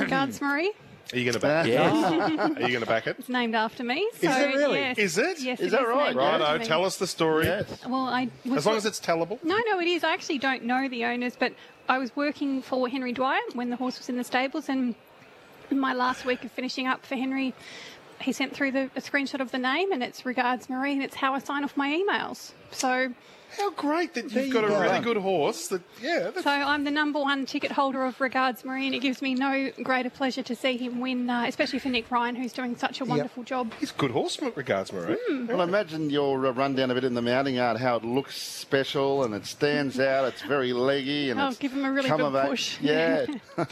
Chance Marie. Are you going to back it? Yes. Are you going to back it? It's named after me. So it really? Yes. Is it? Yes, Is it that right? named after Righto, me. tell us the story. yes. Well, I was As long as it's tellable. No, no, it is. I actually don't know the owners, but I was working for Henry Dwyer when the horse was in the stables, and in my last week of finishing up for Henry, he sent through the, a screenshot of the name, and it's regards Marie, and it's how I sign off my emails. So, How great that There you've got you a go. really good horse. That yeah, that's so I'm the number one ticket holder of regards Marie, and it gives me no greater pleasure to see him win, uh, especially for Nick Ryan, who's doing such a wonderful job. he's a good horseman regards Murray. Hmm. Well, imagine your uh, rundown of it in the mounting yard, how it looks special and it stands out. It's very leggy and Oh, it's give him a really come good of age. push. Yeah.